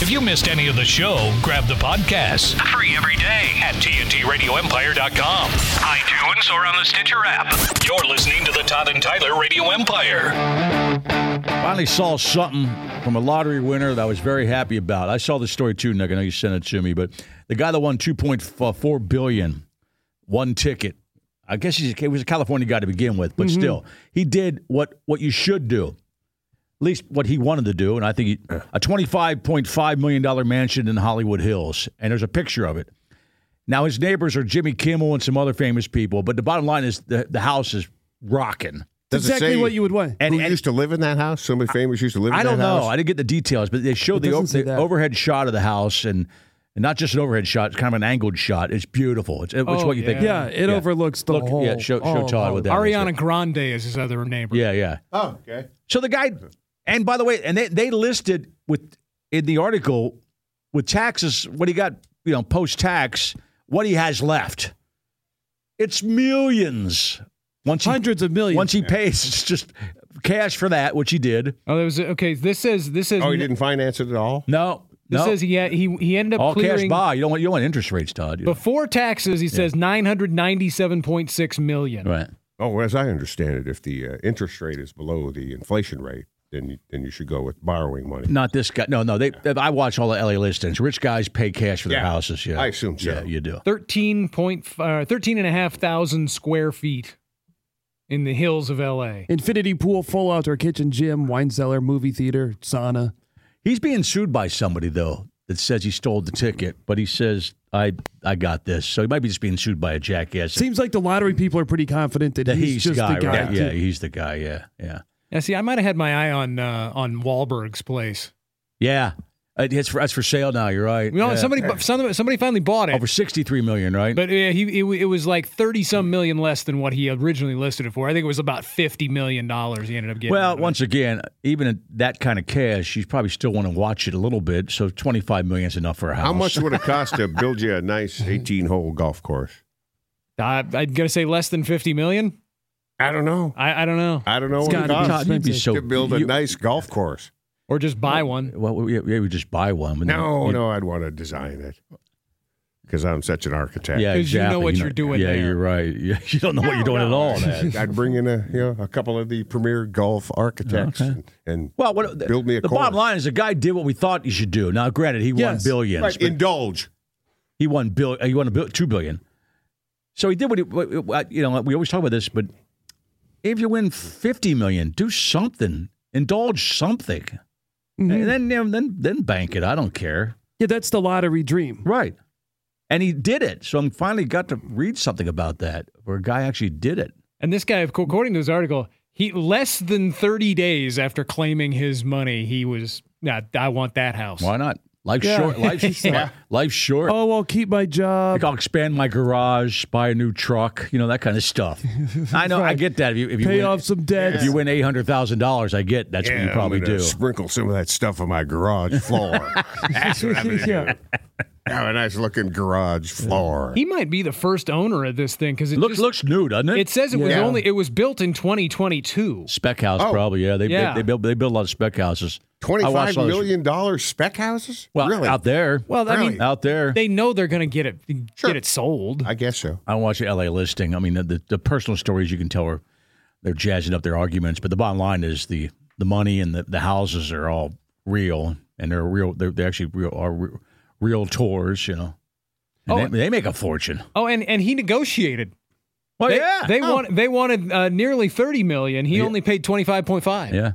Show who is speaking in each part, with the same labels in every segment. Speaker 1: If you missed any of the show, grab the podcast. Free every day at TNTRadioEmpire.com. iTunes or on the Stitcher app. You're listening to the Todd and Tyler Radio Empire.
Speaker 2: Finally saw something from a lottery winner that I was very happy about. I saw the story too, Nick. I know you sent it to me, but the guy that won two point four billion, one ticket. I guess he's, he was a California guy to begin with,
Speaker 3: Mm-hmm.
Speaker 2: but still, he did what what you should do, at least what he wanted to do. And I think he, a twenty five point five million dollar mansion in Hollywood Hills, and there's a picture of it. Now his neighbors are Jimmy Kimmel and some other famous people, but the bottom line is the the house is rocking.
Speaker 4: Does it
Speaker 3: exactly
Speaker 4: say
Speaker 3: what you would want.
Speaker 2: And-
Speaker 4: who
Speaker 2: and-
Speaker 4: used to live in that house? Somebody famous used to live in
Speaker 2: I
Speaker 4: that
Speaker 2: don't know.
Speaker 4: house?
Speaker 2: I didn't get the details, but they showed
Speaker 3: It
Speaker 2: the, o-
Speaker 3: doesn't say
Speaker 2: the
Speaker 3: that.
Speaker 2: overhead shot of the house and, and not just an overhead shot. It's kind of an angled shot. It's beautiful. It's, it's
Speaker 5: Oh,
Speaker 2: what you think.
Speaker 3: Yeah, it overlooks the
Speaker 2: Look,
Speaker 3: whole.
Speaker 2: yeah, show, show
Speaker 3: all
Speaker 2: Todd
Speaker 3: of
Speaker 2: with
Speaker 3: it.
Speaker 2: that.
Speaker 5: Ariana Grande is his other neighbor.
Speaker 2: Yeah, yeah.
Speaker 4: Oh, okay.
Speaker 2: So the guy, and by the way, and they, they listed with in the article with taxes what he got, you know, post tax, what he has left. It's millions. Once he,
Speaker 3: Hundreds of millions.
Speaker 2: Once he pays, it's just cash for that, which he did.
Speaker 5: Oh, there was okay. This says this says
Speaker 4: Oh, he didn't finance it at all?
Speaker 2: No,
Speaker 5: This
Speaker 2: no.
Speaker 5: says he had, he he ended up
Speaker 2: all cash
Speaker 5: clearing
Speaker 2: buy. You don't want you don't want interest rates, Todd. You know.
Speaker 5: before taxes. He says nine hundred ninety seven point six million.
Speaker 2: Right.
Speaker 4: Oh, well, as I understand it, if the uh, interest rate is below the inflation rate, then you, then you should go with borrowing money.
Speaker 2: Not this guy. No, no. They. I watch all the LA listings. Rich guys pay cash for their
Speaker 4: Yeah.
Speaker 2: houses. Yeah,
Speaker 4: I assume so.
Speaker 2: Yeah, you do.
Speaker 5: 13 point, uh, 13 and a half thousand square feet in the hills of LA.
Speaker 3: Infinity pool, full outdoor kitchen, gym, wine cellar, movie theater, sauna.
Speaker 2: He's being sued by somebody though that says he stole the ticket, but he says I I got this. So he might be just being sued by a jackass.
Speaker 3: Seems like the lottery people are pretty confident that
Speaker 2: that
Speaker 3: he's,
Speaker 2: he's, the
Speaker 3: just
Speaker 2: guy,
Speaker 3: the guy.
Speaker 2: right?
Speaker 3: to-
Speaker 2: Yeah, he's the guy. Yeah, yeah,
Speaker 5: Now, see, I might have had my eye on uh, on Wahlberg's place.
Speaker 2: yeah. Uh, It's for that's for sale now. You're right.
Speaker 5: You know,
Speaker 2: yeah.
Speaker 5: somebody, bu- somebody somebody finally bought it,
Speaker 2: over sixty three million, right?
Speaker 5: but uh, he it, wa- it was like thirty some million less than what he originally listed it for. I think it was about fifty million dollars he ended up getting. out
Speaker 2: well,
Speaker 5: of it.
Speaker 2: once again, even at that kind of cash, you probably still want to watch it a little bit. So twenty five million is enough for a house.
Speaker 4: How much would it cost to build you a nice 18 hole golf course?
Speaker 5: I, I'm gonna say less than fifty million.
Speaker 4: I don't know.
Speaker 5: I, I don't know,
Speaker 4: I don't know
Speaker 3: It's
Speaker 4: what it
Speaker 3: gotta be
Speaker 4: costs
Speaker 2: Todd, you'd be
Speaker 3: expensive
Speaker 2: so
Speaker 4: to build a
Speaker 2: you-
Speaker 4: nice golf course.
Speaker 5: or just buy one.
Speaker 2: Well, we, yeah, we just buy one. but then
Speaker 4: No,
Speaker 2: you-
Speaker 4: no, I'd want to design it because I'm such an architect.
Speaker 2: Yeah,
Speaker 5: 'Cause you know
Speaker 2: exactly.
Speaker 5: what you're doing
Speaker 2: Yeah,
Speaker 5: there.
Speaker 2: you're right. Yeah, you don't know what you're doing at all. man.
Speaker 4: I'd bring in a you know a couple of the premier golf architects and, and
Speaker 2: Well, what, the,
Speaker 4: Build me a
Speaker 2: the
Speaker 4: course.
Speaker 2: bottom line is the guy did what we thought he should do. Now, granted, he won
Speaker 3: Yes.
Speaker 2: billions.
Speaker 4: Right,
Speaker 2: but
Speaker 4: indulge.
Speaker 2: he won bill. uh, He won a bill, two billion. So he did what he. what- what- You know, we always talk about this, but if you win fifty million, do something. Indulge something, and then you know, then then bank it. I don't care.
Speaker 3: Yeah, that's the lottery dream.
Speaker 2: Right. And he did it. So I'm finally got to read something about that where a guy actually did it.
Speaker 5: And this guy, ac- according to his article, he less than thirty days after claiming his money, he was. Nah, I want that house.
Speaker 2: Why not? Life's
Speaker 3: Yeah.
Speaker 2: short. Life's, life's short.
Speaker 3: Oh, I'll keep my job.
Speaker 2: Like I'll expand my garage, buy a new truck, you know that kind of stuff. I know, I get that. If you, if you
Speaker 3: Pay
Speaker 2: win,
Speaker 3: off some debts.
Speaker 2: if you win eight hundred thousand dollars, I get that's what you
Speaker 4: I'm
Speaker 2: probably
Speaker 4: gonna
Speaker 2: do.
Speaker 4: Sprinkle some of that stuff on my garage floor. That's what I'm gonna
Speaker 3: Yeah.
Speaker 4: do. Have a nice looking garage floor.
Speaker 5: He might be the first owner of this thing because it
Speaker 2: Looks
Speaker 5: just-
Speaker 2: looks new, doesn't it?
Speaker 5: It says it was
Speaker 3: Yeah.
Speaker 5: only it was built in 2022.
Speaker 2: spec house,
Speaker 4: Oh.
Speaker 2: probably. Yeah, they
Speaker 5: Yeah.
Speaker 2: They, they build they build a lot of spec houses. I watched
Speaker 4: Twenty-five
Speaker 2: a lot of-
Speaker 4: million dollar spec houses?
Speaker 2: Well,
Speaker 4: really?
Speaker 2: out there.
Speaker 5: Well, I mean,
Speaker 4: Really?
Speaker 2: out there.
Speaker 5: they know they're going to get it get it sold.
Speaker 4: I guess so.
Speaker 2: I watch the LA listing. I mean, the, the, the personal stories you can tell are they're jazzing up their arguments. But the bottom line is the the money and the, the houses are all real, and they're real. They're, they actually real are real, real tours. You know, and
Speaker 5: Oh.
Speaker 2: they, they make a fortune.
Speaker 5: Oh, and and he negotiated.
Speaker 2: Well,
Speaker 5: They,
Speaker 2: yeah,
Speaker 5: they
Speaker 2: Oh.
Speaker 5: want they wanted uh, nearly thirty million. He
Speaker 2: Yeah.
Speaker 5: only paid twenty five point five.
Speaker 2: Yeah.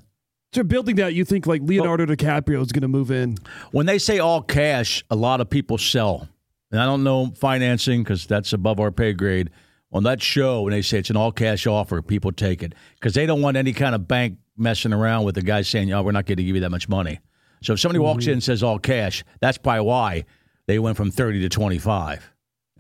Speaker 3: So building that, you think like
Speaker 2: Oh.
Speaker 3: Leonardo DiCaprio is going to move in?
Speaker 2: When they say all cash, a lot of people sell. And I don't know financing because that's above our pay grade. On that show, when they say it's an all cash offer, people take it because they don't want any kind of bank messing around with the guy saying, oh, we're not going to give you that much money. So if somebody walks in and says all cash, that's probably why they went from 30 to 25.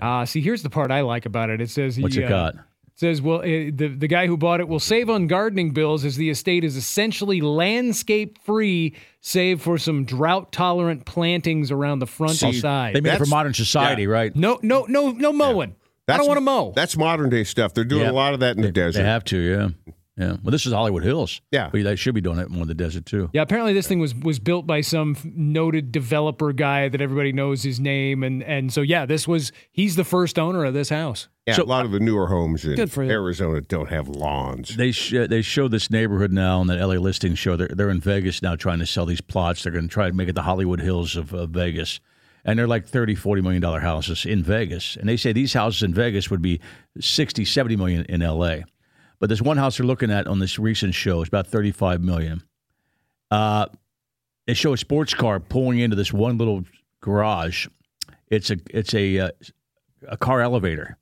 Speaker 5: Ah, see, here's the part I like about it. It says he,
Speaker 2: What's it
Speaker 5: uh,
Speaker 2: got?
Speaker 5: It says, well, uh, the, the guy who bought it will save on gardening bills as the estate is essentially landscape free, save for some drought tolerant plantings around the front
Speaker 4: See,
Speaker 5: side.
Speaker 2: They made it for
Speaker 4: That's-
Speaker 2: modern society,
Speaker 4: yeah.
Speaker 2: right?
Speaker 5: no, no, no, no mowing. I don't want to mow.
Speaker 4: That's modern day stuff. They're doing
Speaker 2: Yeah.
Speaker 4: a lot of that in the desert.
Speaker 2: They have to, yeah. Yeah. Well, this is Hollywood Hills.
Speaker 4: Yeah.
Speaker 2: But they should be doing it more in the desert, too.
Speaker 5: Yeah, apparently this thing was was built by some f- noted developer guy that everybody knows his name, and and so yeah, this was he's the first owner of this house.
Speaker 4: Yeah,
Speaker 2: So- uh,
Speaker 4: a lot of the newer homes in
Speaker 3: Good for you.
Speaker 4: Arizona don't have lawns.
Speaker 2: They sh- uh, they show this neighborhood now on the LA listing show. They're, they're in Vegas now trying to sell these plots. They're going to try to make it the Hollywood Hills of, of Vegas. And they're like 30, 40 million dollar houses in Vegas. And they say these houses in Vegas would be 60, 70 million in LA. But this one house they're looking at on this recent show is about 35 million. Uh, they show a sports car pulling into this one little garage. It's a it's a uh, a car elevator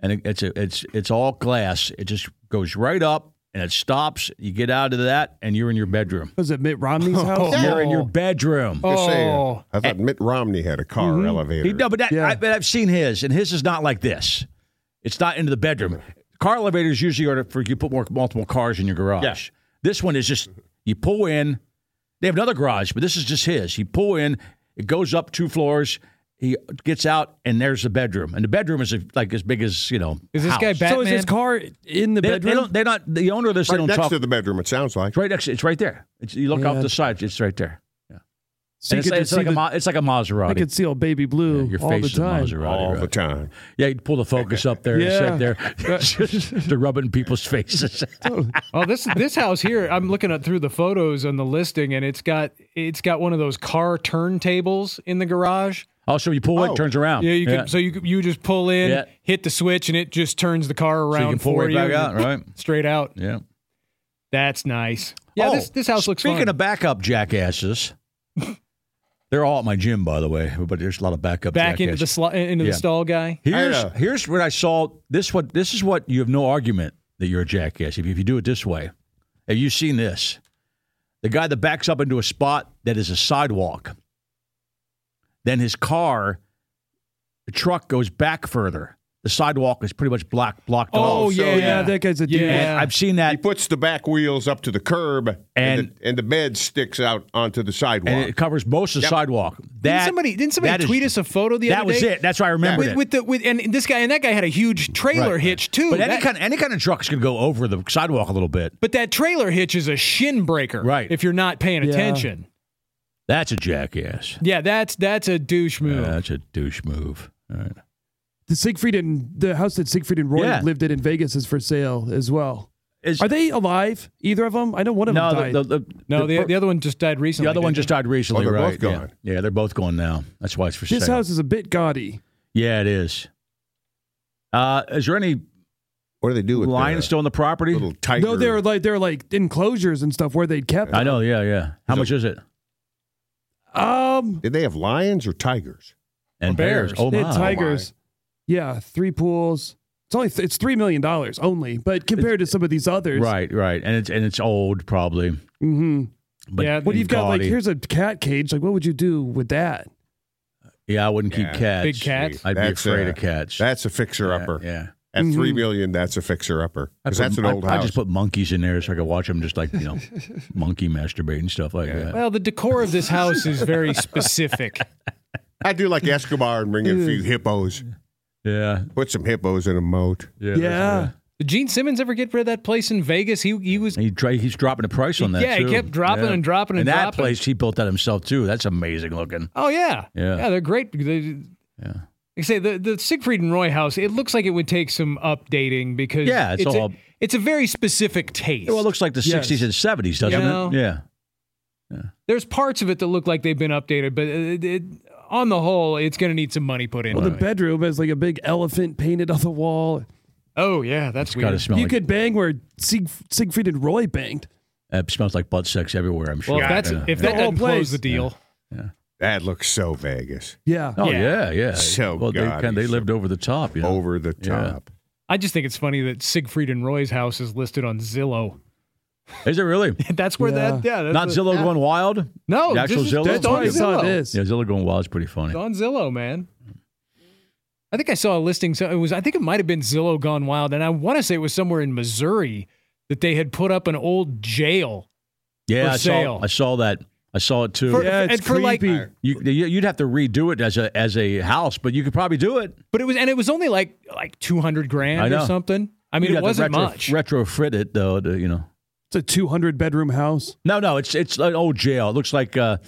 Speaker 2: and it, it's a, it's it's all glass. It just goes right up and it stops. You get out of that and you're in your bedroom.
Speaker 3: Was it Mitt Romney's
Speaker 2: Oh.
Speaker 3: house?
Speaker 2: You're in your bedroom.
Speaker 4: Just saying.
Speaker 5: Oh.
Speaker 4: I thought Mitt Romney had a car elevator.
Speaker 2: Mm-hmm. He- no, but that,
Speaker 3: Yeah.
Speaker 2: I, but I've seen his, and his is not like this. It's not into the bedroom. Car elevators usually are for you put more multiple cars in your garage. This one is just you pull in. They have another garage, but this is just his. You pull in, it goes up two floors. He gets out, and there's the bedroom, and the bedroom is like as big as you know.
Speaker 5: Is this guy
Speaker 2: house.
Speaker 5: Batman?
Speaker 3: So is his car in the
Speaker 2: They, they
Speaker 3: bedroom?
Speaker 2: don't. They're not the owner of this. they
Speaker 4: right
Speaker 2: don't
Speaker 4: next
Speaker 2: talk
Speaker 4: to the bedroom. It sounds like.
Speaker 2: It's right next. It's right there. It's, you look off
Speaker 3: Yeah.
Speaker 2: the side. It's right there.
Speaker 3: So
Speaker 2: And
Speaker 3: you
Speaker 2: it's,
Speaker 3: could
Speaker 2: like,
Speaker 3: just
Speaker 2: it's
Speaker 3: see
Speaker 2: like a
Speaker 3: the-
Speaker 2: Ma- it's like a
Speaker 3: I
Speaker 2: Maserati.
Speaker 3: could see old baby blue
Speaker 2: your
Speaker 3: all
Speaker 2: face
Speaker 3: the
Speaker 2: is a
Speaker 3: time.
Speaker 2: Maserati.
Speaker 4: all
Speaker 2: right.
Speaker 4: the time.
Speaker 2: Yeah, you pull the focus up there.
Speaker 3: Yeah.
Speaker 2: And sit there. Just to rub it in people's faces.
Speaker 5: oh, this this house here. I'm looking at through the photos on the listing, and it's got it's got one of those car turntables in the garage.
Speaker 2: also, you pull it,
Speaker 4: Oh.
Speaker 2: it turns around.
Speaker 5: Yeah, you can. So you you just pull in,
Speaker 2: Yeah.
Speaker 5: hit the switch, and it just turns the car
Speaker 2: So
Speaker 5: around
Speaker 2: you can pull
Speaker 5: for
Speaker 2: right
Speaker 5: you,
Speaker 2: back out, right?
Speaker 5: straight out.
Speaker 2: Yeah.
Speaker 5: That's nice. Yeah,
Speaker 2: Oh,
Speaker 5: this this house looks.
Speaker 2: Speaking
Speaker 5: fun.
Speaker 2: of backup jackasses, they're all at my gym, by the way. But there's a lot of backup.
Speaker 5: back into the
Speaker 2: jackasses.
Speaker 5: sli- into
Speaker 2: Yeah.
Speaker 5: the stall guy.
Speaker 2: Here's
Speaker 4: I know.
Speaker 2: here's what I saw. This what this is what you have no argument that you're a jackass if, if you do it this way. Have you seen this? The guy that backs up into a spot that is a sidewalk, then his car, the truck goes back further. The sidewalk is pretty much blocked blocked
Speaker 5: Oh,
Speaker 2: off.
Speaker 5: yeah,
Speaker 3: yeah, that guy's a dude.
Speaker 5: Yeah.
Speaker 2: And I've seen
Speaker 4: He
Speaker 2: that,
Speaker 4: puts the back wheels up to the curb,
Speaker 2: And-
Speaker 4: the, and the bed sticks out onto the sidewalk.
Speaker 2: and it covers most of the
Speaker 4: Yep.
Speaker 2: sidewalk. That
Speaker 5: didn't somebody didn't somebody
Speaker 2: that is-
Speaker 5: tweet us a photo the
Speaker 2: that
Speaker 5: other
Speaker 2: was
Speaker 5: day?
Speaker 2: it. That's why I remembered
Speaker 5: with,
Speaker 2: it.
Speaker 5: with the with and this guy and that guy had a huge trailer
Speaker 2: Right.
Speaker 5: hitch too.
Speaker 2: but any
Speaker 5: That-
Speaker 2: kind of, any kind of truck's gonna go over the sidewalk a little bit.
Speaker 5: but that trailer hitch is a shin breaker,
Speaker 2: Right.
Speaker 5: If you're not paying
Speaker 3: Yeah.
Speaker 5: attention,
Speaker 2: That's a jackass.
Speaker 5: yeah, that's that's a douche move.
Speaker 2: that's a douche move. All right.
Speaker 3: The Siegfried and the house that Siegfried and Roy
Speaker 2: Yeah.
Speaker 3: lived in in Vegas is for sale as well.
Speaker 2: Is-
Speaker 3: Are they alive? Either of them? I know one of
Speaker 2: no,
Speaker 3: them died.
Speaker 2: the, the, the,
Speaker 5: no, the,
Speaker 2: the,
Speaker 5: the other one just died recently.
Speaker 2: other one
Speaker 5: didn't
Speaker 2: just died recently,
Speaker 4: Oh, they're
Speaker 2: right?
Speaker 4: both gone.
Speaker 2: Yeah. Yeah, they're both gone now. That's why it's for
Speaker 3: this
Speaker 2: sale.
Speaker 3: house is a bit gaudy.
Speaker 2: yeah, it is. Uh, is there any
Speaker 4: what do they do with
Speaker 2: lion
Speaker 4: the,
Speaker 2: still on the property?
Speaker 4: uh, little tiger?
Speaker 3: No, they're like they're like enclosures and stuff where they'd kept.
Speaker 2: I know. Yeah, yeah. How much is it?
Speaker 3: Um,
Speaker 4: Did they have lions or tigers?
Speaker 2: And bears.
Speaker 5: bears.
Speaker 2: Oh
Speaker 3: they
Speaker 2: my.
Speaker 3: had tigers. yeah, three pools. It's only th- it's three million dollars only, but compared to some of these others,
Speaker 2: Right, right. And it's and it's old probably.
Speaker 3: Mm-hmm.
Speaker 2: But
Speaker 5: Yeah,
Speaker 3: What do you've got? Like
Speaker 2: gaudy.
Speaker 3: here's a cat cage. Like what would you do with that?
Speaker 2: Yeah, I wouldn't
Speaker 4: Yeah.
Speaker 2: keep cats.
Speaker 5: Big cats?
Speaker 2: I'd
Speaker 4: That's,
Speaker 2: be afraid
Speaker 4: uh,
Speaker 2: of cats.
Speaker 4: That's a fixer upper.
Speaker 2: Yeah.
Speaker 4: At
Speaker 3: Mhm.
Speaker 4: three million, that's a fixer upper.
Speaker 2: I
Speaker 4: Because
Speaker 2: put-
Speaker 4: that's an
Speaker 2: Mm-hmm. I-
Speaker 4: old
Speaker 2: I
Speaker 4: house.
Speaker 2: just put monkeys in there so I could watch them just like, you know, monkey masturbate and stuff like that.
Speaker 5: Well, the decor of this house is very specific.
Speaker 4: I do like Escobar and bring in a few hippos.
Speaker 2: Yeah.
Speaker 4: Put some hippos in a moat.
Speaker 2: Yeah.
Speaker 3: Yeah,
Speaker 2: that's-
Speaker 5: Did Gene Simmons ever get rid of that place in Vegas? He he was
Speaker 2: He dra- he's dropping the price on that.
Speaker 5: Yeah, he
Speaker 2: too.
Speaker 5: kept dropping and dropping and
Speaker 2: that
Speaker 5: dropping.
Speaker 2: place he built that himself too. That's amazing looking.
Speaker 5: Oh yeah,
Speaker 2: Yeah.
Speaker 5: yeah. They're great. They- Like I say the the Siegfried and Roy house. It looks like it would take some updating because
Speaker 2: Yeah, it's all-
Speaker 5: a, it's a very specific taste.
Speaker 2: Well, it looks like the
Speaker 3: Yes.
Speaker 2: 60s and 70s, doesn't
Speaker 5: You know?
Speaker 2: it? Yeah.
Speaker 5: There's parts of it that look like they've been updated, but it, it, on the whole, it's going to need some money put in.
Speaker 3: Well, the bedroom has like a big elephant painted on the wall.
Speaker 5: oh yeah, that's
Speaker 2: Got to
Speaker 5: weird.
Speaker 2: smell
Speaker 3: you
Speaker 2: like,
Speaker 3: could bang where Sieg, Siegfried and Roy banged.
Speaker 2: uh, it smells like butt sex everywhere, I'm sure.
Speaker 5: Well, if that's
Speaker 2: Yeah.
Speaker 5: if that
Speaker 3: The whole
Speaker 5: doesn't close
Speaker 3: place.
Speaker 5: the deal.
Speaker 4: That looks so Vegas,
Speaker 3: Yeah.
Speaker 2: Oh
Speaker 5: Yeah.
Speaker 2: yeah, yeah.
Speaker 4: So
Speaker 2: well, they
Speaker 4: God,
Speaker 2: kind they
Speaker 4: he's
Speaker 2: lived over the top. You know?
Speaker 4: over the top.
Speaker 5: I just think it's funny that Siegfried and Roy's house is listed on Zillow.
Speaker 2: Is it really
Speaker 5: that's where
Speaker 3: Yeah.
Speaker 5: that yeah, that's
Speaker 2: not
Speaker 5: a-
Speaker 2: Zillow going wild?
Speaker 5: No,
Speaker 2: The actual
Speaker 5: just,
Speaker 2: Zillow?
Speaker 5: just
Speaker 3: That's
Speaker 5: on
Speaker 3: why I saw
Speaker 5: Zillow.
Speaker 3: this.
Speaker 2: Yeah, Zillow going wild is pretty funny.
Speaker 5: It's on Zillow, man. I think I saw a listing. So it was. I think it might have been Zillow Gone Wild, and I want to say it was somewhere in Missouri that they had put up an old jail.
Speaker 2: Yeah,
Speaker 5: For
Speaker 2: I
Speaker 5: sale.
Speaker 2: saw I saw that. I saw it too.
Speaker 5: For-
Speaker 3: Yeah, it's
Speaker 5: and for like-
Speaker 3: creepy.
Speaker 2: You, you- you'd have to redo it as a as a house, but you could probably do it.
Speaker 5: But it was, and it was only like like two hundred
Speaker 2: I
Speaker 5: grand or
Speaker 2: know.
Speaker 5: something. I
Speaker 2: You'd
Speaker 5: mean, it
Speaker 2: have to
Speaker 5: wasn't
Speaker 2: retro-
Speaker 5: much.
Speaker 2: Retrofit it though, to, you know.
Speaker 3: It's a 200 bedroom house.
Speaker 2: No, no, it's it's an old jail. It looks like uh,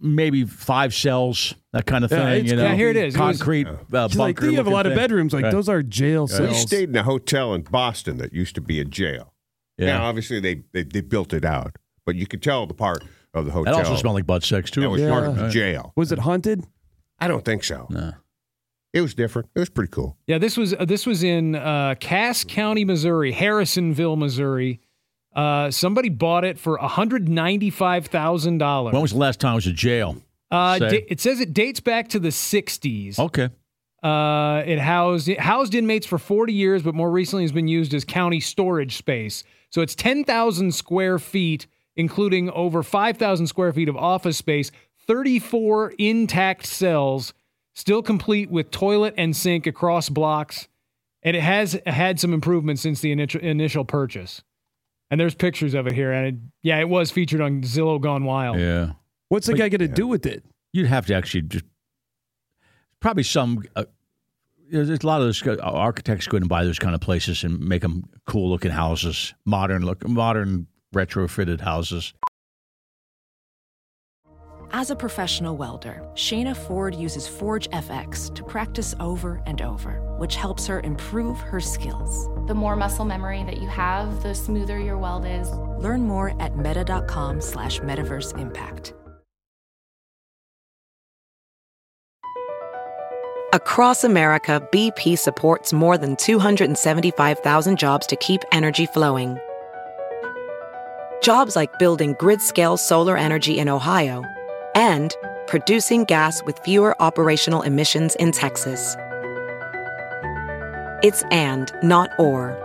Speaker 2: maybe five cells, that kind of thing.
Speaker 3: Yeah, it's-
Speaker 2: you know,
Speaker 5: yeah, here it is. It was-
Speaker 2: Concrete uh,
Speaker 3: She's
Speaker 2: bunker.
Speaker 3: like, you have a
Speaker 2: looking
Speaker 3: lot of
Speaker 2: thing.
Speaker 3: bedrooms. Like,
Speaker 2: Right.
Speaker 3: those are jail
Speaker 4: We
Speaker 3: cells.
Speaker 4: stayed in a hotel in Boston that used to be a jail.
Speaker 2: Yeah.
Speaker 4: Now, obviously, they, they they built it out, but you could tell the part of
Speaker 2: That
Speaker 4: the hotel
Speaker 2: also smelled like butt sex too.
Speaker 4: that was
Speaker 3: Yeah.
Speaker 4: part of the
Speaker 2: Right.
Speaker 4: jail.
Speaker 3: Was it haunted?
Speaker 4: I don't think so.
Speaker 2: No.
Speaker 4: It was different. It was pretty cool.
Speaker 5: Yeah, this was uh, this was in uh, Cass County, Missouri, Harrisonville, Missouri. Uh, somebody bought it for one hundred ninety five thousand
Speaker 2: When
Speaker 5: dollars.
Speaker 2: was the last time I was in jail?
Speaker 5: Uh,
Speaker 2: say?
Speaker 5: da- it says it dates back to the sixties.
Speaker 2: Okay.
Speaker 5: Uh, it housed it housed inmates for 40 years, but more recently has been used as county storage space. So it's 10,000 square feet, including over 5,000 square feet of office space, 34 intact cells, still complete with toilet and sink across blocks, and it has had some improvements since the initial initial purchase. And there's pictures of it here, and it, yeah, it was featured on Zillow Gone Wild.
Speaker 2: Yeah.
Speaker 3: What's the guy going to do with it?
Speaker 2: You'd have to actually just probably some. Uh, there's there's a lot of those uh, architects go in and buy those kind of places and make them cool looking houses, modern look, modern retrofitted houses.
Speaker 6: As a professional welder, Shayna Ford uses Forge FX to practice over and over, which helps her improve her skills.
Speaker 7: The more muscle memory that you have, the smoother your weld is.
Speaker 6: Learn more at meta.com slash metaverse impact.
Speaker 8: Across America, BP supports more than 275,000 jobs to keep energy flowing. Jobs like building grid scale solar energy in Ohio and producing gas with fewer operational emissions in Texas. It's and, not or.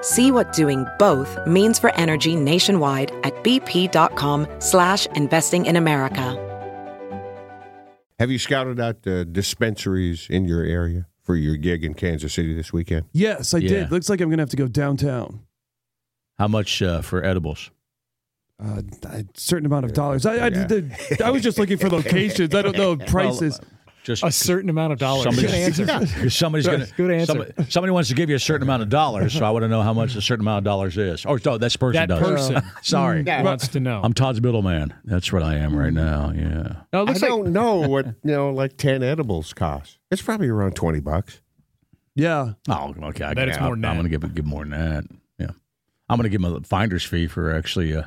Speaker 8: See what doing both means for energy nationwide at bp.com slash investing in America.
Speaker 4: Have you scouted out uh, dispensaries in your area for your gig in Kansas City this weekend?
Speaker 3: Yes, I
Speaker 2: Yeah.
Speaker 3: did. Looks like I'm going to have to go downtown.
Speaker 2: How much uh, for edibles?
Speaker 3: Uh, a certain amount of dollars. I, I,
Speaker 4: Yeah.
Speaker 3: the, I was just looking for locations. I don't know prices.
Speaker 2: Just
Speaker 5: A certain amount of dollars.
Speaker 2: somebody's,
Speaker 5: Good answer.
Speaker 2: somebody's gonna
Speaker 5: Good answer.
Speaker 2: Somebody, somebody wants to give you a certain amount of dollars, so I want to know how much a certain amount of dollars is. Or no, that person
Speaker 5: That
Speaker 2: does.
Speaker 5: person. Mm,
Speaker 2: Sorry,
Speaker 5: wants to know.
Speaker 2: I'm Todd's middleman. That's what I am right now. Yeah.
Speaker 5: No, it
Speaker 4: I
Speaker 5: looks like
Speaker 4: don't know what you know, like ten edibles cost. It's probably around twenty bucks.
Speaker 3: yeah.
Speaker 2: Oh, okay. I
Speaker 5: Bet it's
Speaker 2: I-
Speaker 5: more than
Speaker 2: I'm
Speaker 5: that.
Speaker 2: going to give give more than that. Yeah, I'm going to give him a finder's fee for actually, uh,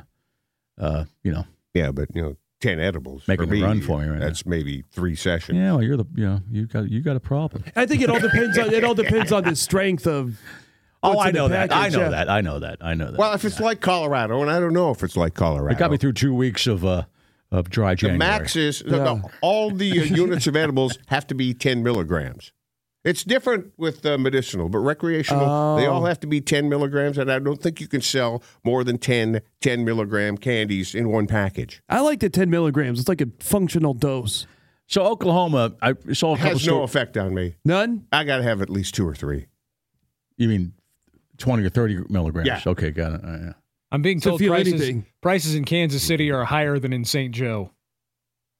Speaker 2: uh, you know,
Speaker 4: Yeah, but you know, ten edibles.
Speaker 2: Making
Speaker 4: for
Speaker 2: a
Speaker 4: me,
Speaker 2: run for me right
Speaker 4: That's maybe three sessions.
Speaker 2: yeah. Well, you're the, you know, you got you got a problem.
Speaker 3: I think it all depends on it all depends on the strength of
Speaker 2: Oh,
Speaker 3: What's
Speaker 2: I
Speaker 3: in the
Speaker 2: know that. I
Speaker 3: package,
Speaker 2: know
Speaker 3: yeah.
Speaker 2: that. I know that. I know that.
Speaker 4: Well, if it's like Colorado, and I don't know if it's like Colorado,
Speaker 2: it got me through two weeks of uh of dry
Speaker 4: the
Speaker 2: January.
Speaker 4: max is the- the-
Speaker 3: Yeah.
Speaker 4: all the uh, units of edibles have to be ten milligrams. It's different with uh, medicinal, but recreational, they all
Speaker 3: Oh.
Speaker 4: have to be 10 milligrams. And I don't think you can sell more than 10 10 milligram candies in one package.
Speaker 3: I like the 10 milligrams. It's like a functional dose.
Speaker 2: So Oklahoma, I saw a
Speaker 4: It
Speaker 2: couple.
Speaker 4: has
Speaker 2: sto-
Speaker 4: no effect on me.
Speaker 3: None?
Speaker 4: I got to have at least two or three.
Speaker 2: you mean twenty or thirty milligrams?
Speaker 4: Yeah.
Speaker 2: Okay, got it. Uh, yeah.
Speaker 5: I'm being
Speaker 3: To
Speaker 5: told
Speaker 3: feel
Speaker 5: prices
Speaker 3: anything.
Speaker 5: prices in Kansas City are higher than in St. Joe.
Speaker 4: I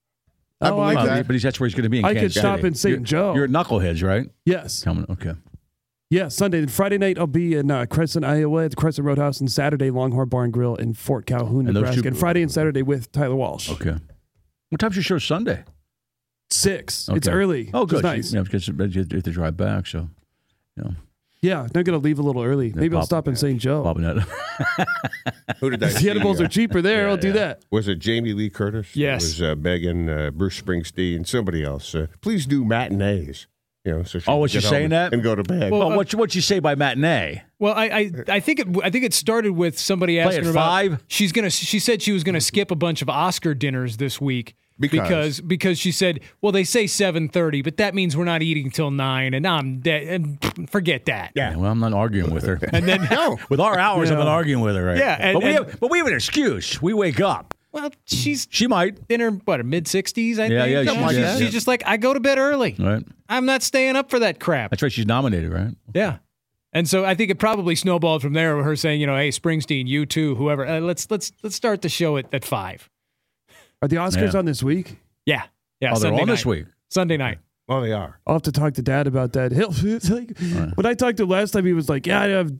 Speaker 3: Oh,
Speaker 4: believe
Speaker 2: Well,
Speaker 4: that.
Speaker 2: but he's, that's where he's going to be. In
Speaker 3: I could
Speaker 2: Kansas
Speaker 3: stop
Speaker 2: City.
Speaker 3: in St.
Speaker 2: You're-
Speaker 3: Joe.
Speaker 2: You're at Knuckleheads, right?
Speaker 3: Yes.
Speaker 2: Coming. Okay.
Speaker 3: Yeah, Sunday and Friday night I'll be in uh, Crescent, Iowa at the Crescent Roadhouse and Saturday Longhorn Barn Grill in Fort Calhoun,
Speaker 2: And those
Speaker 3: Nebraska.
Speaker 2: two-
Speaker 3: and Friday and Saturday with Tyler Walsh.
Speaker 2: Okay. What time's your show Sunday?
Speaker 3: six. It's
Speaker 2: Okay.
Speaker 3: early.
Speaker 2: Oh,
Speaker 3: which is
Speaker 2: good.
Speaker 3: Nice.
Speaker 2: Yeah, because you have to drive back, so yeah,
Speaker 3: Yeah, I'm gonna leave a little early. Maybe I'll
Speaker 2: pop-
Speaker 3: stop in St.
Speaker 5: Oh.
Speaker 3: Joe.
Speaker 2: popping that.
Speaker 4: Who did I
Speaker 3: The edibles
Speaker 4: see, uh,
Speaker 3: are cheaper there. I'll do that.
Speaker 4: Was it Jamie Lee Curtis?
Speaker 5: Yes.
Speaker 4: It was uh, Megan, uh, Bruce Springsteen, somebody else. Uh, please do matinees. You know, so she
Speaker 2: Oh,
Speaker 4: can
Speaker 2: was she
Speaker 4: get home
Speaker 2: saying
Speaker 4: and-
Speaker 2: that?
Speaker 4: And go to bed.
Speaker 2: Well, what what you say by matinee?
Speaker 5: Well, I, I I think it I think it started with somebody asking
Speaker 2: Uh, at
Speaker 5: her about
Speaker 2: five?
Speaker 5: she's gonna she said she was gonna skip a bunch of Oscar dinners this week
Speaker 4: Because?
Speaker 5: because because she said well they say seven thirty but that means we're not eating till nine and I'm dead and pff, forget that
Speaker 4: Yeah.
Speaker 2: Well, I'm not arguing with her.
Speaker 5: and then no
Speaker 2: with our hours, I'm not arguing with her. Right?
Speaker 5: Yeah, and-
Speaker 2: but we
Speaker 5: and-
Speaker 2: have but we have an excuse. We wake up.
Speaker 5: well she's
Speaker 2: She might.
Speaker 5: in her what mid sixties I
Speaker 2: Yeah,
Speaker 5: think
Speaker 2: yeah,
Speaker 5: Something
Speaker 2: she's-
Speaker 5: like
Speaker 2: yeah.
Speaker 5: that.
Speaker 2: yeah.
Speaker 5: she's just like I go to bed early
Speaker 2: Right.
Speaker 5: I'm not staying up for that crap
Speaker 2: That's right. She's nominated, right?
Speaker 5: Yeah. And so I think it probably snowballed from there with her saying, you know, hey, Springsteen, you too, whoever, uh, let's let's let's start the show at, at five.
Speaker 3: Are the Oscars
Speaker 2: Yeah.
Speaker 3: on this week?
Speaker 5: Yeah. Yeah.
Speaker 2: oh, they're
Speaker 5: Sunday
Speaker 2: on
Speaker 5: night.
Speaker 2: this week.
Speaker 5: Sunday night.
Speaker 4: well, Oh, they are.
Speaker 3: I'll have to talk to Dad about that. He'll it's like, when I talked to him last time, he was like, "Yeah, I have."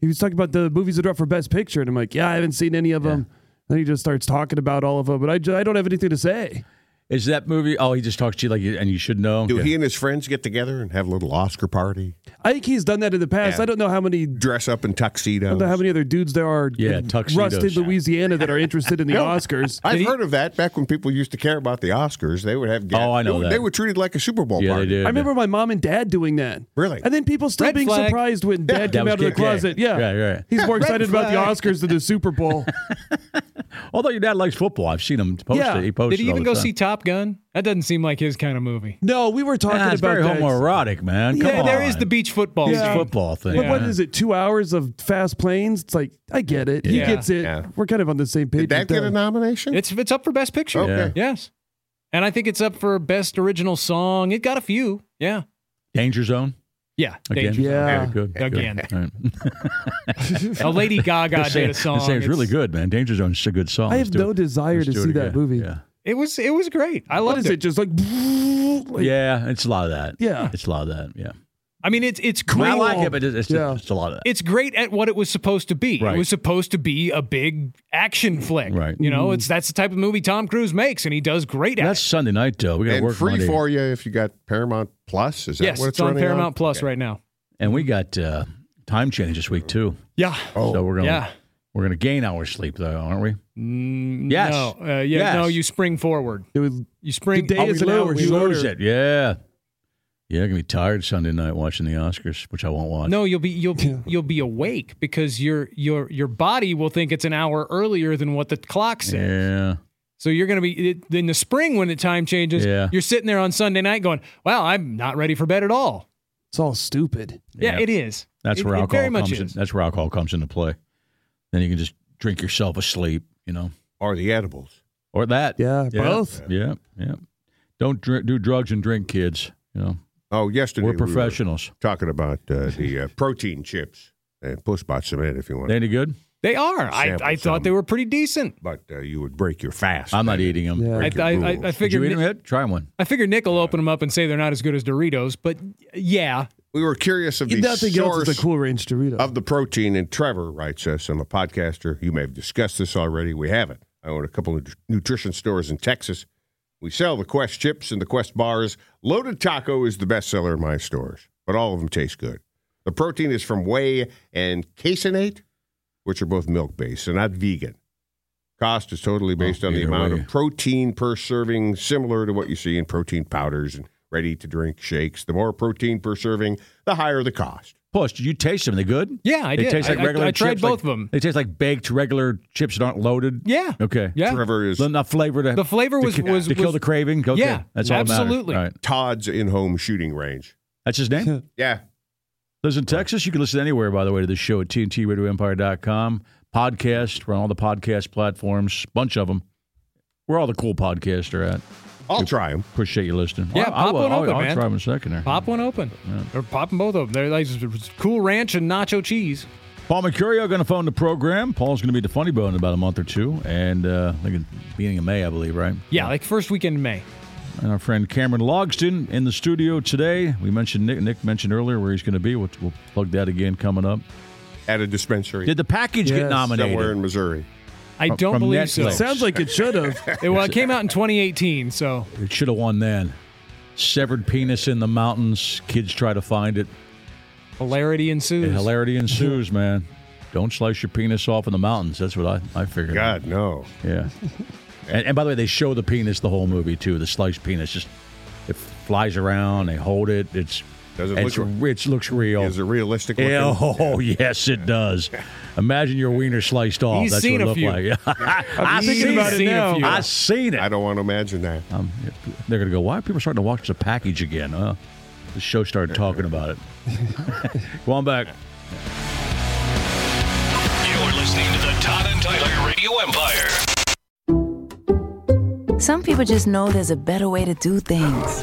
Speaker 3: He was talking about the movies that are up for Best Picture, and I'm like, "Yeah, I haven't seen any of them." Then he just starts talking about all of them, but I, ju- I don't have anything to say.
Speaker 2: Is that movie? Oh, he just talks to you like, you- and you should know.
Speaker 4: Do
Speaker 2: Yeah.
Speaker 4: he and his friends get together and have a little Oscar party?
Speaker 3: I think he's done that in the past.
Speaker 4: Yeah.
Speaker 3: I don't know how many. I
Speaker 4: Dress up in tuxedos?
Speaker 3: don't know how many other dudes there are
Speaker 2: Yeah,
Speaker 3: in
Speaker 2: tuxedos.
Speaker 3: rusted Louisiana that are interested in the Oscars.
Speaker 4: I've heard of that back when people used to care about the Oscars. They would have. ga-
Speaker 2: Oh, I know
Speaker 4: they, were-
Speaker 2: that.
Speaker 4: They were treated like a Super Bowl
Speaker 2: Yeah, they
Speaker 4: party.
Speaker 2: did.
Speaker 3: I remember my mom and dad doing that.
Speaker 4: Really?
Speaker 3: And then people still
Speaker 5: Red
Speaker 3: being
Speaker 5: flag.
Speaker 3: surprised when
Speaker 2: That
Speaker 3: dad came
Speaker 2: was
Speaker 3: out of the
Speaker 2: Kid K.
Speaker 3: closet. Yeah.
Speaker 2: Right, right.
Speaker 3: He's more
Speaker 4: Red
Speaker 3: excited about the
Speaker 4: flag.
Speaker 3: Oscars than the Super Bowl.
Speaker 2: Although your dad likes football, I've seen him post
Speaker 3: Yeah.
Speaker 2: it. He posted.
Speaker 5: Did he
Speaker 2: all
Speaker 5: even
Speaker 2: the
Speaker 5: go
Speaker 2: time.
Speaker 5: see Top Gun? That doesn't seem like his kind of movie.
Speaker 3: no, we were talking
Speaker 2: Nah, it's
Speaker 3: about
Speaker 2: very
Speaker 3: that.
Speaker 2: homoerotic, man. Come
Speaker 5: Yeah,
Speaker 2: on.
Speaker 5: there is the beach football.
Speaker 2: It's
Speaker 5: scene.
Speaker 2: football thing.
Speaker 3: What, what is it? Two hours of fast planes? It's like I get it.
Speaker 5: Yeah.
Speaker 3: He gets it.
Speaker 4: Yeah.
Speaker 3: We're kind of on the same page.
Speaker 4: Did that
Speaker 3: with
Speaker 4: get a
Speaker 3: that.
Speaker 4: nomination?
Speaker 5: It's it's up for best picture.
Speaker 4: Okay.
Speaker 5: Yes. And I think it's up for best original song. It got a few. Yeah.
Speaker 2: Danger Zone
Speaker 5: Yeah.
Speaker 2: again.
Speaker 5: Danger.
Speaker 3: Yeah.
Speaker 2: Very good. good.
Speaker 5: Again.
Speaker 2: All right.
Speaker 5: A Lady Gaga
Speaker 2: Saying-
Speaker 5: did a song.
Speaker 2: It's saying it's really good, man. Danger Zone's such a good song.
Speaker 3: I
Speaker 2: Let's
Speaker 3: have
Speaker 2: do
Speaker 3: no
Speaker 2: it.
Speaker 3: desire
Speaker 2: Let's
Speaker 3: to
Speaker 2: do it
Speaker 3: see that
Speaker 2: again.
Speaker 3: movie.
Speaker 2: Yeah.
Speaker 5: It was it was great. I
Speaker 3: What
Speaker 5: loved
Speaker 3: is
Speaker 5: it.
Speaker 3: it? Just like, like-
Speaker 2: yeah, it's a lot of that.
Speaker 3: Yeah.
Speaker 2: It's a lot of that. Yeah.
Speaker 5: I mean it's it's
Speaker 2: I, mean, I
Speaker 5: great.
Speaker 2: like it, but it's, it's,
Speaker 3: Yeah.
Speaker 2: it's a lot of that.
Speaker 5: it's great at what it was supposed to be.
Speaker 2: Right.
Speaker 5: It was supposed to be a big action flick.
Speaker 2: Right. Mm-hmm.
Speaker 5: You know, it's that's the type of movie Tom Cruise makes, and he does great at.
Speaker 2: That's
Speaker 5: it.
Speaker 2: Sunday night, though. We got to
Speaker 4: and
Speaker 2: work
Speaker 4: free
Speaker 2: Monday.
Speaker 4: for you if you got Paramount Plus. Is that
Speaker 5: yes,
Speaker 4: what
Speaker 5: it's,
Speaker 4: it's,
Speaker 5: on
Speaker 4: running
Speaker 5: Paramount Plus right now.
Speaker 2: And we got uh, time change this week, too.
Speaker 5: Yeah.
Speaker 4: Oh,
Speaker 2: so we're going to
Speaker 5: yeah.
Speaker 2: we're going to gain hours sleep, though, aren't we?
Speaker 5: Mm,
Speaker 2: Yes.
Speaker 5: No. Uh, yeah.
Speaker 2: Yes.
Speaker 5: No. You spring forward.
Speaker 3: It was-
Speaker 5: You spring.
Speaker 3: The day
Speaker 5: Oh,
Speaker 3: is
Speaker 5: we
Speaker 3: an hour
Speaker 5: lose.
Speaker 2: We
Speaker 3: shorter.
Speaker 2: lose it. Yeah. Yeah, I'm going to be tired Sunday night watching the Oscars, which I won't watch.
Speaker 5: No, you'll be you'll be, you'll be awake because your your your body will think it's an hour earlier than what the clock says.
Speaker 2: Yeah.
Speaker 5: So you're going to be it- in the spring when the time changes.
Speaker 2: Yeah.
Speaker 5: You're sitting there on Sunday night going, "Wow, I'm not ready for bed at all."
Speaker 3: it's all stupid.
Speaker 5: Yeah,
Speaker 2: Yeah.
Speaker 5: it is.
Speaker 2: That's
Speaker 5: It-
Speaker 2: where
Speaker 5: it
Speaker 2: alcohol
Speaker 5: very much
Speaker 2: comes in.
Speaker 5: is.
Speaker 2: That's where alcohol comes into play. Then you can just drink yourself asleep, you know,
Speaker 4: Or the edibles.
Speaker 2: or that.
Speaker 3: Yeah, both.
Speaker 2: Yeah, yeah. Don't drink, do drugs and drink, kids. You know,
Speaker 4: Oh, yesterday
Speaker 2: we're
Speaker 4: we
Speaker 2: professionals.
Speaker 4: talking about uh, the uh, protein chips and push bought some in if you want.
Speaker 2: They any good?
Speaker 5: They are. I,
Speaker 4: Sample
Speaker 5: I thought
Speaker 4: some.
Speaker 5: they were pretty decent.
Speaker 4: but uh, you would break your fast.
Speaker 2: I'm not eating them.
Speaker 3: Yeah.
Speaker 5: I,
Speaker 4: Break
Speaker 5: I,
Speaker 4: your
Speaker 5: I,
Speaker 4: rules.
Speaker 5: I
Speaker 2: Did you
Speaker 5: figured
Speaker 2: eat them
Speaker 5: Ni-
Speaker 2: yet? Try one.
Speaker 5: I figured Nick will open them up and say they're not as good as Doritos, but yeah,
Speaker 4: We were curious of the
Speaker 3: Nothing else
Speaker 4: source
Speaker 3: is a cool range Dorito.
Speaker 4: of the protein. And Trevor writes us, I'm a podcaster. You may have discussed this already. We haven't. I own a couple of nutrition stores in Texas. We sell the Quest chips and the Quest bars. Loaded taco is the best seller in my stores, but all of them taste good. The protein is from whey and caseinate, which are both milk based and not vegan. Cost is totally based
Speaker 2: Oh,
Speaker 4: on the
Speaker 2: either
Speaker 4: amount
Speaker 2: way.
Speaker 4: of protein per serving, similar to what you see in protein powders and ready to drink shakes. The more protein per serving, the higher the cost.
Speaker 2: Plus, did you taste them? They good?
Speaker 5: Yeah, I
Speaker 2: they
Speaker 5: did.
Speaker 2: Taste
Speaker 5: I-
Speaker 2: like
Speaker 5: I-
Speaker 2: regular
Speaker 5: I tried
Speaker 2: chips,
Speaker 5: both
Speaker 2: like-
Speaker 5: of 'em.
Speaker 2: They taste like baked regular chips that aren't loaded.
Speaker 5: yeah,
Speaker 2: Okay.
Speaker 5: yeah.
Speaker 4: Trevor is
Speaker 2: Enough flavor to
Speaker 5: The flavor
Speaker 2: to
Speaker 5: was-
Speaker 2: ki-
Speaker 5: was-
Speaker 2: to kill
Speaker 5: was-
Speaker 2: the craving. Okay.
Speaker 5: Yeah,
Speaker 2: That's all. that matters.
Speaker 5: absolutely.
Speaker 2: All right.
Speaker 4: Todd's in-home shooting range.
Speaker 2: That's his name.
Speaker 4: Yeah.
Speaker 2: Lives in Texas. You can listen anywhere, by the way, to this show at TNTRadioEmpire.com. Podcast. We're on all the podcast platforms, bunch of them. Where all the cool podcasts are at.
Speaker 4: I'll try them.
Speaker 2: Appreciate you listening.
Speaker 5: Yeah,
Speaker 2: I- I,
Speaker 5: pop
Speaker 2: will,
Speaker 5: one
Speaker 2: I'll,
Speaker 5: open,
Speaker 2: I'll
Speaker 5: man.
Speaker 2: try them in a second there.
Speaker 5: Pop one open. Or pop them both open. They're like cool ranch and nacho cheese.
Speaker 2: Paul Mercurio going to phone the program. Paul's going to be at the Funny Bone in about a month or two, and uh, I think it's beginning of May, I believe, right?
Speaker 5: Yeah, like first weekend in May.
Speaker 2: And our friend Cameron Logston in the studio today. We mentioned Nick. Nick mentioned earlier where he's going to be. We'll, we'll plug that again coming up.
Speaker 4: At a dispensary
Speaker 2: Did the package get
Speaker 3: Yes.
Speaker 2: nominated?
Speaker 4: somewhere in Missouri.
Speaker 5: I
Speaker 2: From-
Speaker 5: don't
Speaker 2: from
Speaker 5: believe
Speaker 2: Netflix.
Speaker 5: so.
Speaker 3: Sounds like it should have.
Speaker 5: It- well, it came out in 2018, so
Speaker 2: It should have won then. severed penis in the mountains. Kids try to find it.
Speaker 3: Hilarity ensues.
Speaker 2: And hilarity ensues, man. Don't slice your penis off in the mountains. That's what I, I figured.
Speaker 4: God, no.
Speaker 2: Yeah. and, and by the way, they show the penis the whole movie too. The sliced penis just it flies around. They hold it. It's
Speaker 4: Does it
Speaker 2: it's,
Speaker 4: look re-
Speaker 2: it looks real.
Speaker 4: Is it realistic?
Speaker 2: Yeah,
Speaker 4: looking?
Speaker 2: oh yes, it does. Imagine your wiener sliced off.
Speaker 3: He's
Speaker 2: That's
Speaker 3: seen
Speaker 2: what
Speaker 3: a
Speaker 2: it looked
Speaker 3: few.
Speaker 2: like. I've
Speaker 3: thinking about it now.
Speaker 2: I seen it.
Speaker 4: I don't want to imagine that.
Speaker 2: Um, they're gonna go. Why are people starting to watch the package again? Uh, the show started talking about it. go on back.
Speaker 9: You're listening to the Todd and Tyler Radio Empire.
Speaker 6: Some people just know there's a better way to do things,